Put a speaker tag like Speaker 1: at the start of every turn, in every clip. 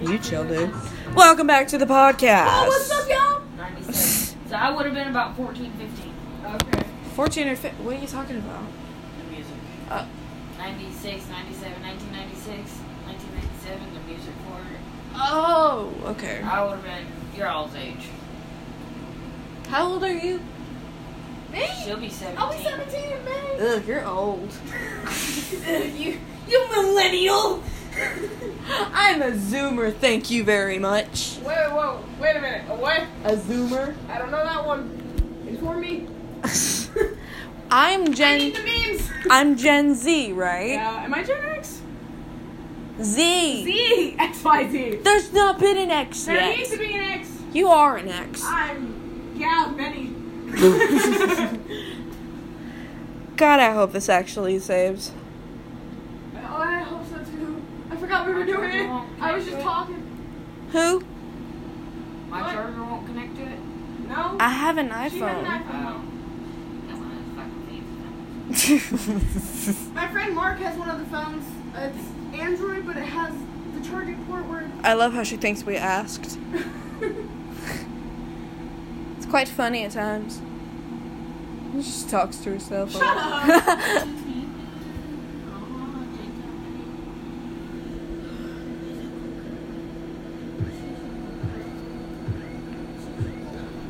Speaker 1: You chill, dude. Welcome back to the podcast.
Speaker 2: Oh, what's up, y'all?
Speaker 3: 96. so I would have been about 14, 15.
Speaker 2: Okay.
Speaker 1: 14 or 15. What are you talking about?
Speaker 3: The music.
Speaker 1: Uh,
Speaker 3: 96, 97, 1996, 1997, the music for it.
Speaker 1: Oh, okay.
Speaker 3: I would have been your all's age.
Speaker 1: How old are you?
Speaker 2: Me?
Speaker 3: She'll be 17.
Speaker 2: Are we 17 in May?
Speaker 1: Ugh, you're old.
Speaker 2: you, you millennial.
Speaker 1: I'm a zoomer, thank you very much.
Speaker 2: Wait, whoa, wait a minute. A what?
Speaker 1: A zoomer?
Speaker 2: I don't know that one. Inform me.
Speaker 1: I'm
Speaker 2: I need
Speaker 1: Gen
Speaker 2: the memes.
Speaker 1: I'm Gen Z, right?
Speaker 2: Yeah, am I Gen X?
Speaker 1: Z.
Speaker 2: Z. X, Y, Z.
Speaker 1: There's not been an X
Speaker 2: There
Speaker 1: yet.
Speaker 2: needs to be an X.
Speaker 1: You are an X.
Speaker 2: I'm, yeah, many.
Speaker 1: God, I hope this actually saves.
Speaker 2: Oh, I hope so too. I forgot we were doing it. I was just talking.
Speaker 1: Who?
Speaker 3: My
Speaker 2: What?
Speaker 3: charger won't connect to it. Oh.
Speaker 2: No.
Speaker 1: I have an
Speaker 2: She had an
Speaker 1: iPhone.
Speaker 2: iPhone.
Speaker 3: That's one of the fucking things.
Speaker 2: My friend Mark has one of the phones. Uh, It's Android, but it has the charging port where.
Speaker 1: I love how she thinks we asked. It's quite funny at times. She just talks to herself. a
Speaker 2: Shut
Speaker 1: lot.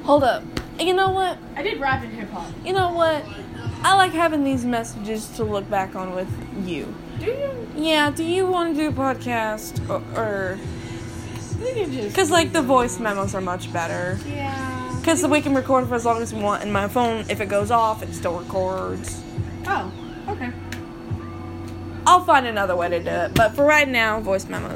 Speaker 1: Hold up. You know what?
Speaker 2: I did rap in hip hop.
Speaker 1: You know what? I like having these messages to look back on with you.
Speaker 2: Do you?
Speaker 1: Yeah, do you want to do a podcast? Or.
Speaker 2: We can just.
Speaker 1: Because, like, the voice memos are much better.
Speaker 2: Yeah.
Speaker 1: Because we can record for as long as we want, and my phone, if it goes off, it still records.
Speaker 2: Oh. Okay.
Speaker 1: I'll find another way to do it, but for right now, voice memos.